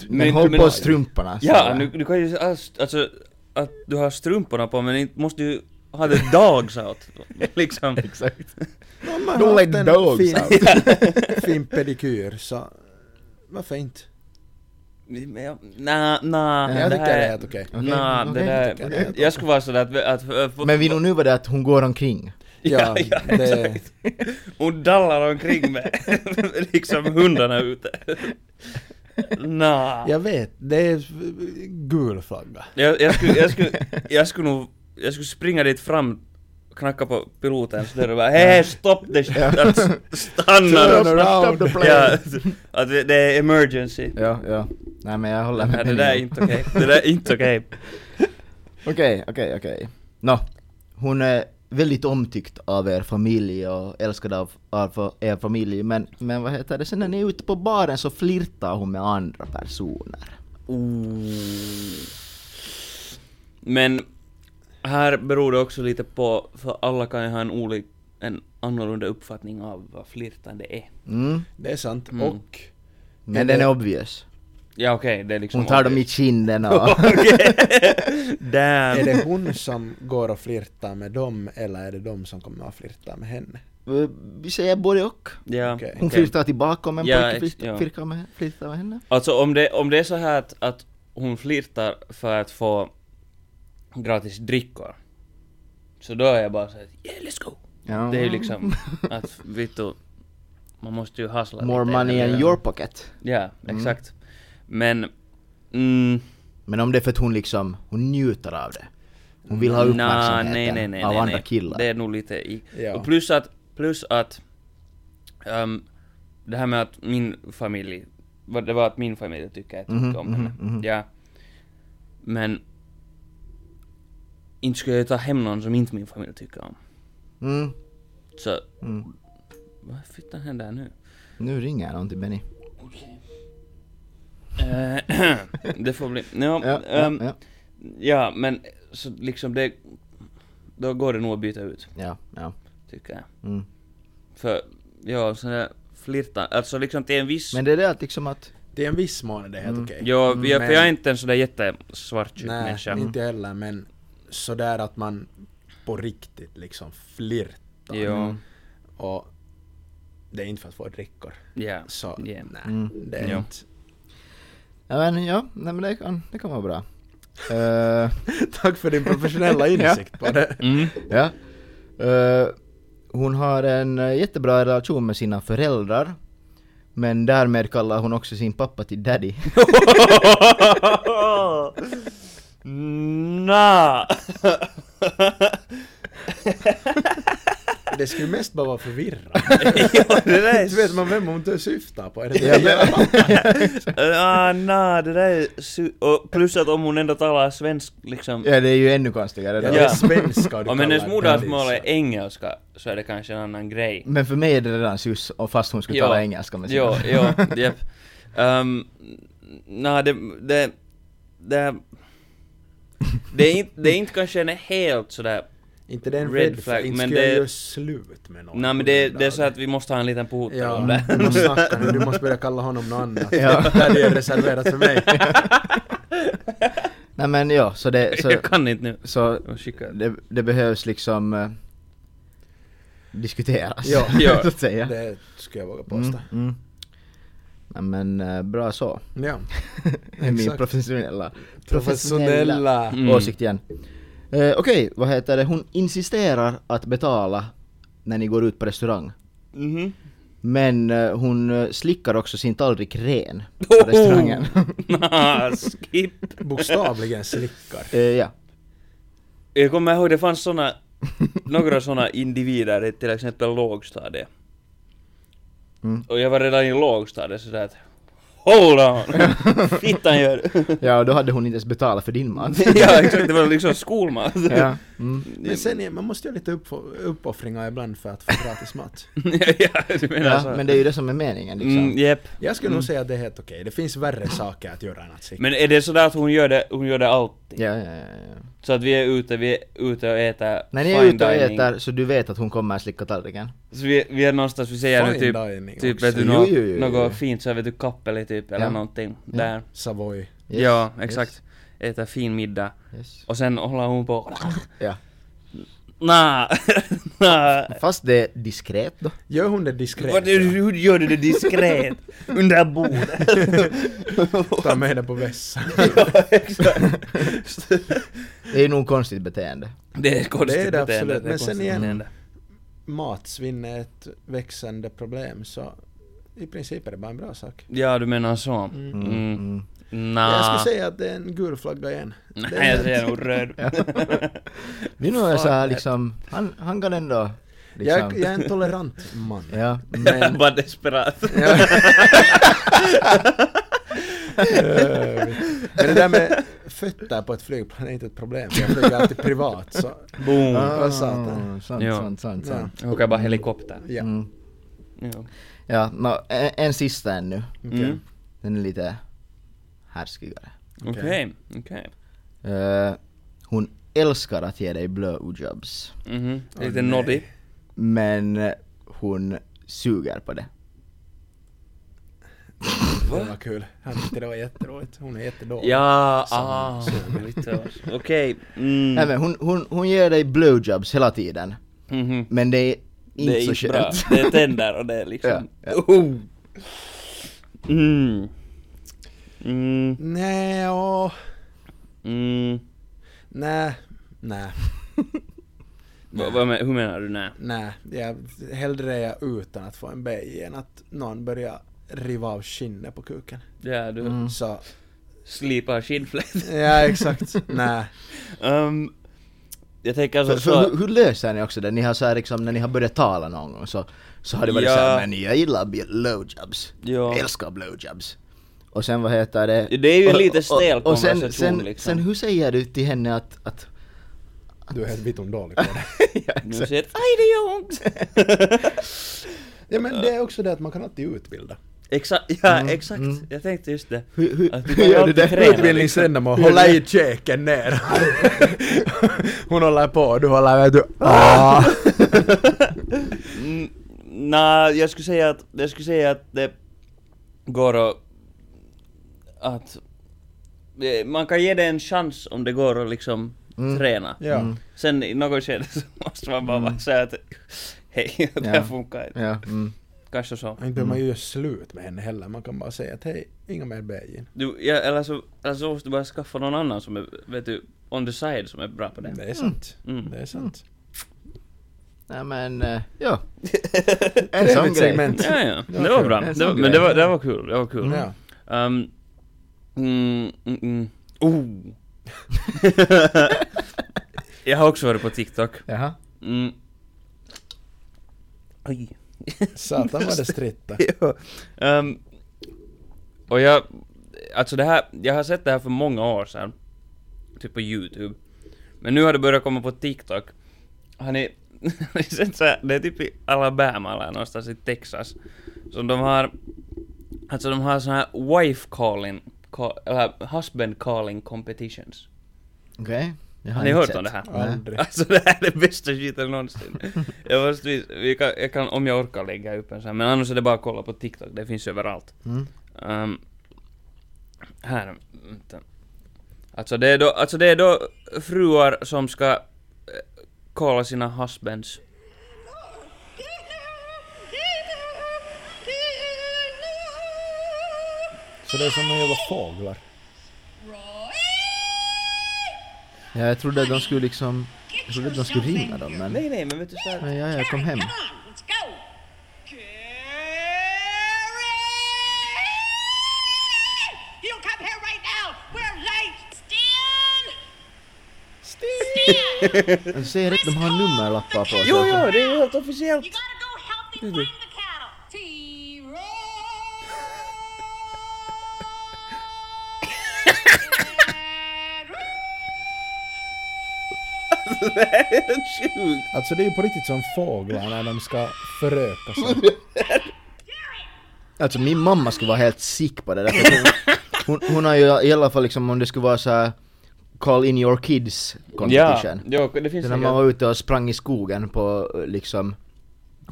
men, Men- håll men- på strumporna. Ja, sådär. nu, du kan ju alls- alltså att du har strumporna på men inte måste du ha det dogs out. Liksom. Exakt. Ja, man Don't har let haft en dogs fin, out. fin pedikyr så varför inte? Men jag- Nä, nä. Jag tycker det här- är helt okej. Okej, Nä, okej. det tycker jag det är där. helt Jag skulle vara sådär att... att, att Men vi nog nu var det att hon går omkring. Ja, Ja, ja, det, exakt. Hon dallar omkring med liksom hundarna ute. Nä. jag vet, det är gul flagga. Jag, jag, skulle, jag, skulle, jag skulle nog... Jag skulle springa dit fram knacka på pilotens dörr och bara hej hej stopp det shit, att st- Turn stanna! around. the plane. Ja, att det det är emergency. Ja, ja. Nej men jag håller med Nej, det där är Benny. inte okej. Det där är inte okej. Okej, okej, okej. Nå, hon är väldigt omtyckt av er familj och älskad av, av er familj men, men vad heter det, sen när ni är ute på baren så flirtar hon med andra personer. Oh. Men här beror det också lite på, för alla kan ju ha en olik, en annorlunda uppfattning av vad flirtande är. Mm. Det är sant. Mm. Och Men den är obvious. Ja okej, det är liksom... Hon tar dem i kinden och... Okej. är Damn! det hon som går och flirtar med dem eller är det de som kommer att flirta med henne? Vi säger både och. Ja, Okej. Hon okej. flirtar tillbaka om en Ja, pojke ex- ja. flirtar, flirtar, med, flirtar med henne. Alltså om det, om det är så här att, att hon flirtar för att få gratis drickor. Så då är jag bara såhär yeah let's go. Ja. Det är ju liksom att vet du, man måste ju hustla More lite. money in eller- your Mm. pocket. Ja, exakt. Men, mm, Men om det är för att hon liksom, hon njuter av det. Hon vill ha uppmärksamheten Nja, nej, nej, nej, av nej, andra nej. killar. Det är nog lite i... Ja. Och plus att, plus att... ehm, det här med att min familj... vad Det var att min familj tycker att jag Mhm, tycker om henne. Ja. Men... Inte skulle jag ta hem någon som inte min familj tycker om. Mm. Så... Vad fittan händer nu? Nu ringer någon till Benny. Eh, det får bli... Ja, Ja, ehm, ja, ja, men så liksom det... Då går det nog att byta ut, ja, ja. tycker jag. Mm. För, ja, sån där flirta, alltså liksom till en viss... Men det är det att liksom att, Det är en viss mån är det helt okej. ja, vi- för Men- jag är inte en sån där jättesvartsjuk Nej, människa. inte heller men sådär att man på riktigt liksom flirtar. Ja, Och det är inte för att få drickor. ja. Så Ja. nej, Mm. det är Ja. inte. ja men ja, nej men det kan, det kan vara bra. Eh, Tack för din professionella insikt på det. Mm. ja. Eh, hon har en eh, jättebra relation med sina föräldrar. Men därmed kallar hon också sin pappa till daddy. Nja. Det skulle mest bara vara förvirrande. ja, det där är... Inte vet man vem hon inte syftar på. Är det Ja, det? Ah, nja, det där är... Su- och plus att om hon ändå talar svensk liksom... ja det är ju ännu konstigare. Ja, då. det är svenska du Om hennes kallar modersmål är daddy, engelska så är det kanske en annan grej. Men för mig är det redan sus, och fast hon skulle Ja. tala engelska med sina Jo, jo, japp. Um, Nej, det, det, det, det, är inte, det är inte kanske en helt sådär, så. Inte det är en Red red, flag, flag, inte men skulle jag det- göra slut med någon. nej på men det, grund det är av så att vi måste ha en liten portal Ja, om det. du måste snacka nu, du måste börja kalla honom något annat. Ja. Daddy är reserverat för mig. Nej men ja, så det, så, Jag kan inte nu. så Jag skickar. det, det behövs liksom eh, diskuteras. Ja. Ja. så att säga. Det skulle jag våga Mm, påstå. mm. Nej, men eh, bra så. Ja. Min Exakt. professionella, Professionella. Mm. åsikt igen. Eh, Okej, vad heter det? Hon insisterar att betala när ni går ut på restaurang. Mhm. Men eh, hon eh, slickar också sin tallrik ren Oh! på restaurangen. Nah, Skip. Bokstavligen slickar. Eh, ja. Jag kommer ihåg det fanns såna, några såna individer i till exempel lågstadiet. Mm. Och jag var redan i lågstadiet sådär att Hold on! Fittan gör du! ja, och då hade hon inte ens betalat för din mat. ja exakt, det var liksom skolmat. ja. Mm. Men sen igen, man måste göra lite uppf- uppoffringar ibland för att få gratis mat. ja, du menar ja, så. men det är ju det som är meningen liksom. Mm, jep. Jag skulle nog säga att det är helt okej. Det finns värre saker att göra än att slicka. Men är det sådär att hon gör det, hon gör det alltid? Ja, ja, ja, ja. Så att vi är ute, vi är ute och äter När ni är ute och dining. äter så du vet att hon kommer att slicka tallriken? Så vi, vi är någonstans, vi säger nu Fine typ, dining typ också. vet du, Jo, något, jo, jo, jo. något fint så här, vet du kappeli typ eller Ja. någonting där. Savoy. Yes, ja, yes, exakt. Äter fin middag. yes. Och sen håller hon på... Ja. Nä, nä. Fast det är diskret då. Gör hon det Vad- diskret? ja. Hur gör du det diskret? Under bordet? Ta med henne på vässan. ja, exakt. Det är nog ett konstigt beteende. Det är ett konstigt Det är det beteende, absolut, är men sen konstigt igen- beteende. Matsvinn är ett växande problem, så i princip är det bara en bra sak. Ja, du menar så. Mm. Mm. Mm. Jag Nja. skulle säga att det är en gul flagga igen. Det är Nej, jag helt- säger nog röd. Nu är jag Fan, så här det- liksom, han, han kan ändå liksom... jag, jag är en tolerant man. Ja. Mm. Men... Bara desperat. Men det där med fötter på ett flygplan är inte ett problem, för jag flyger alltid privat. Så. Boom. vad satan. Ah, sant, Ja. sant, sant, Ja. sant. Jag åker bara helikopter. Ja. Alltså. Mm. Ja. Ja, nå, en, en sista ännu. Okej. Mm. Den är lite härskigare. Okej, okej. Eh, hon älskar att ge dig blowjobs. Mhm. Åh, Lite nej. noddig. Men eh, hon suger på det. Det var kul. Han tyckte det var jätteroligt. Hon är jättedålig. Ja, Som- ah. lite så. Okej. Mm. Nej men hon, hon, hon ger dig blowjobs hela tiden. Mhm. Men det är inte Det är så inte bra. skönt. Det är tänder och det är liksom... Ja, Oh. Mm. Mm. Nej, åh. Mm. Nej. Nej. Vad- vad men- hur menar du nej? Nej. Jag, hellre är jag utan att få en bej än att någon börjar riva av skinnet på kuken. Ja, du Mm. Så, slipar skinnflätor. ja exakt. Nej. Ehm, jag tänker För, alltså för så... hur, hur löser ni också det? Ni har så här liksom, när ni har börjat tala någon gång så, så har det varit Ja. såhär men jag gillar blowjobs. Ja. Jag älskar blowjobs. Och sen vad heter det? Det är ju en lite och, stel och, och sen, konversation, sen, liksom. sen hur säger du till henne att... att Du är helt vittom dålig på det. Nu ser Aj, det gör ont! Ja men det är också det att man kan alltid utbilda. Exakt, ja Mm, exakt. mm. Jag tänkte just det. hur, hur, Att du hur kan gör du alltid det? träna. liksom. Tränar Utbildningsändamål, hålla i käken ner. Hon håller på och du håller vet du. Ah. Mm, Nej, jag skulle säga att, jag skulle säga att det går att... att eh, man kan ge det en chans om det går att liksom Mm. träna. Ja. Mm. Sen i något skede så måste man bara mm. säga att hej, det här Ja. funkar inte. Ja, mm. Kanske så. Inte behöver man ju göra slut med henne heller, man kan bara säga att hej, inga mer bägin. Du, ja, eller, så, eller så måste du bara skaffa någon annan som är, vet du, on the side som är bra på det. Det är sant. Mm. Det är sant. Nej men, eh, ja. En sån Trevligt grej. segment. Ja, ja. Det var Det var kul. bra. Det är Det var, en sån men det grej. var, det var kul, det var kul. Ja. Um, mm, mm, mm. Oh. jag har också varit på TikTok. Jaha. Mm. Oj. Satan vad det strittar. Ja. Ehm, och jag, alltså det här, jag har sett det här för många år sedan. Typ på YouTube. Men nu har det börjat komma på TikTok. Har ni, har ni sett så här, det är typ i Alabama eller någonstans i Texas. Som de har, alltså de har såna här wife calling, call, eller husband calling competitions. Okej. Okay. Har ni hört om det här? Aldrig. Alltså det här är det bästa skiten någonsin. Jag, måste, visa- vi kan, jag kan, om jag orkar lägga upp en sån här, men annars är det bara att kolla på TikTok, det finns överallt. Mm. Ehm, här, vänta. Alltså det, är då, alltså det är då fruar som ska eh, kolla sina husbands. Så det är som jävla fåglar. Ja, jag trodde att de skulle liksom... Jag trodde att de skulle ringa dem men... Nej, nej, men vet du så här. Men ja, jag kom hem. Come on, let's go. Carrie! You come here right now. We're late. Stan! Stan! Men Du säger rätt, de har nummerlappar på sig. Jo, också. jo, det är ju helt You officiellt. gotta go help me find the cattle. T-Roy! Det är helt sjukt. Alltså det är ju på riktigt som fåglar när de ska föröka sig. Alltså min mamma skulle vara helt sick på det där. för Hon, hon, hon har ju i alla fall liksom om det skulle vara så här Call in your kids competition. Ja, jo, det finns Så när man var ute och sprang i skogen på liksom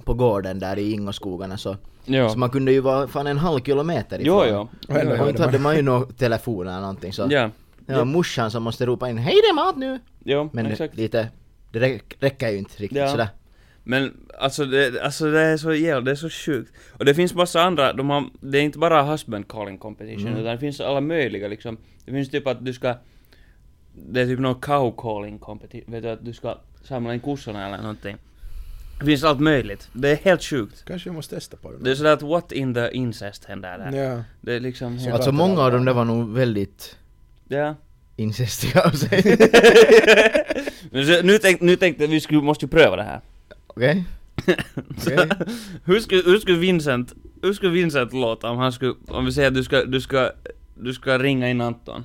på gården där i Ingoskogarna så, Ja. så man kunde ju vara fan en halv kilometer Jo, jo. Och ändå Och hörde inte hade man. man ju någon telefon eller någonting så Ja. det var morsan som måste ropa in Hej det är mat nu! Jo, Men exakt. lite, det räck- räcker ju inte riktigt Ja. sådär. Men alltså det, alltså det är så jävla, det är så sjukt. Och det finns massa andra, de har, det är inte bara husband calling competition utan det finns alla möjliga liksom. Det finns typ att du ska, det är typ någon cow calling competition, vet du att du ska samla in kossorna eller någonting. Det finns allt möjligt, det är helt sjukt. Kanske jag måste testa på det. Det är sådär att what in the incest händer där. Ja. Det är liksom helt, Alltså pratar många av alla. dem där var nog väldigt ja. incestiga av sig. Okej? Men så, nu, tänk, nu tänkte jag vi skulle, måste ju pröva det här. Okej. Hur skulle, hur skulle Vincent, hur skulle Vincent låta om han skulle, om vi säger att du ska, du ska, du ska ringa in Anton?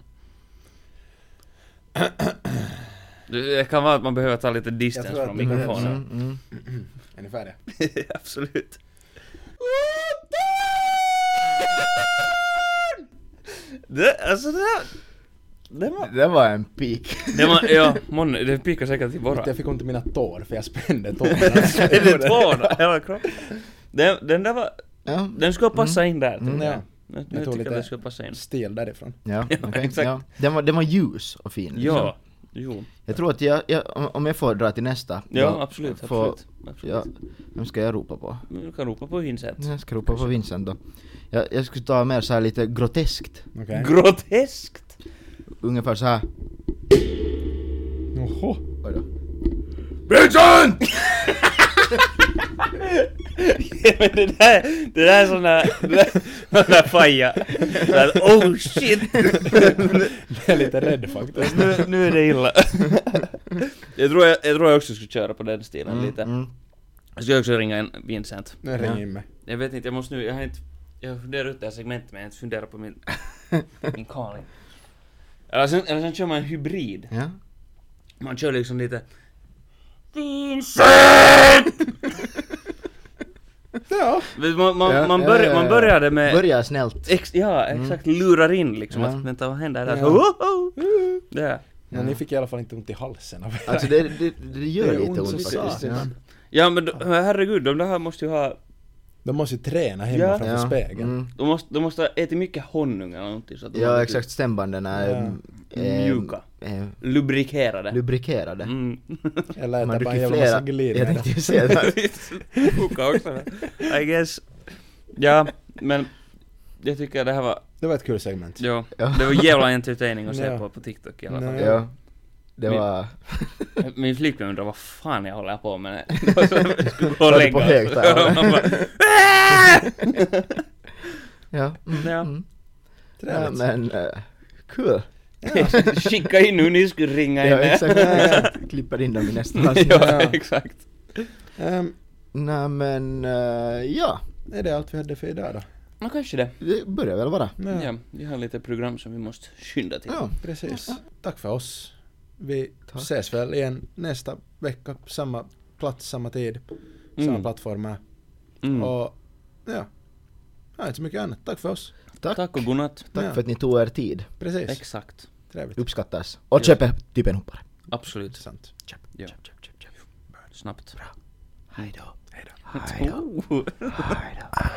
Du, Det kan vara att man behöver ta lite distans Jag tror att från det behövs. mikrofonen. Mm, mm. Är ni färdiga? Absolut. Det, alltså det där... Det var... Det var en peak. Det var, ja, månne, det pikar säkert i borra. Jag fick ont i mina tår för jag spände tårna. Det är det tårna, hela kroppen. Den, den där var, Ja, den skulle passa in där. Mm, ja. Nu, Jag tog nu tycker jag lite- den skulle passa in. Stel därifrån. ja, okej, exakt. ja. Den, var, den var ljus och fin. liksom. Ja, jo. Jag tror att jag, jag, om- om jag får dra till nästa. Ja, då absolut, får- absolut. absolut. Ja, vem ska jag ropa på? Men Du kan ropa på Vincent. Jag ska ropa på Vincent då. Jag, jag skulle ta mer så här lite groteskt. Okej. Groteskt! Ungefär så här. Jaha. Oj då. Vincent! Men det där, det där är sån där, det där, sån där faja. Så här, oh shit! Jag är lite rädd faktiskt. Nu, nu är det illa. Jag tror jag, jag tror jag också skulle köra på den stilen lite. Mm. Jag ska också ringa en Vincent. Nu ringer jag in mig. Jag vet inte, jag måste nu, jag har inte, jag funderar ut det här segmentet men jag har inte funderat på min, min calling. Eller sen, eller sen kör man en hybrid. Ja. Man kör liksom lite... Ja. Vet, Man, man, Ja, man, ja, börj, ja, man ja. började med... Börja snällt. Ex, ja, exakt. Lurar in liksom Mm. Ja. att vänta vad händer där? Ja. Oh, oh. Ja. Men ni fick i alla fall inte ont i halsen av Alltså det, det, det gör Det gör lite ont ont som faktiskt. Ja. satan. ja men då- herregud, de där måste ju ha... De måste ju träna hemma Ja. framför spegeln. Mm. De måste, de måste ha ätit mycket honung eller någonting så att de har Ja, blivit exakt. Stämbanden är... Ja. eh, Mjuka. eh, Lubrikerade. Lubrikerade. mm. Eller Man äta bara en jävla massa dricker flera. Jag glidmedel. tänkte ju säga det. Koka också. I guess. Ja, men... Jag tycker det här var... Det var ett kul segment. Ja, Ja. det var jävla entertaining att se Ja. på på TikTok i alla fall. Nej. Ja. Det Min- var... Min flickvän undrar vad fan jag håller på med. Och så skulle gå Var och det lägga på oss. högtalare? Man bara, "Äh!" Ja. Mm. Ja. Mm. ja Trevligt. men... eh, Kul. Skicka in hur ni skulle ringa in Ja, er. exakt, Alltså, exakt. Klipper in dem i nästa avsnitt. ja, Ja. exakt. Ehm, Nej men, eh, ja. är det allt vi hade för idag då? Ja, kanske det. Det börjar väl vara. Ja, Ja, vi har lite program som vi måste skynda till. Ja. precis. Tack för oss. Vi Tack. ses väl igen nästa vecka. Samma plats, samma tid, samma Mm. plattformar. Mm. Och ja, ja, inte så mycket annat. Tack för oss. Tack. Tack och godnatt. Tack Ja. för att ni tog er tid. Precis. Exakt. Trevligt. Uppskattas. Och köper typ en hoppare. Absolut. Intressant. Ja. Snabbt. Mm. Hejdå. Hejdå. Oh. Hejdå.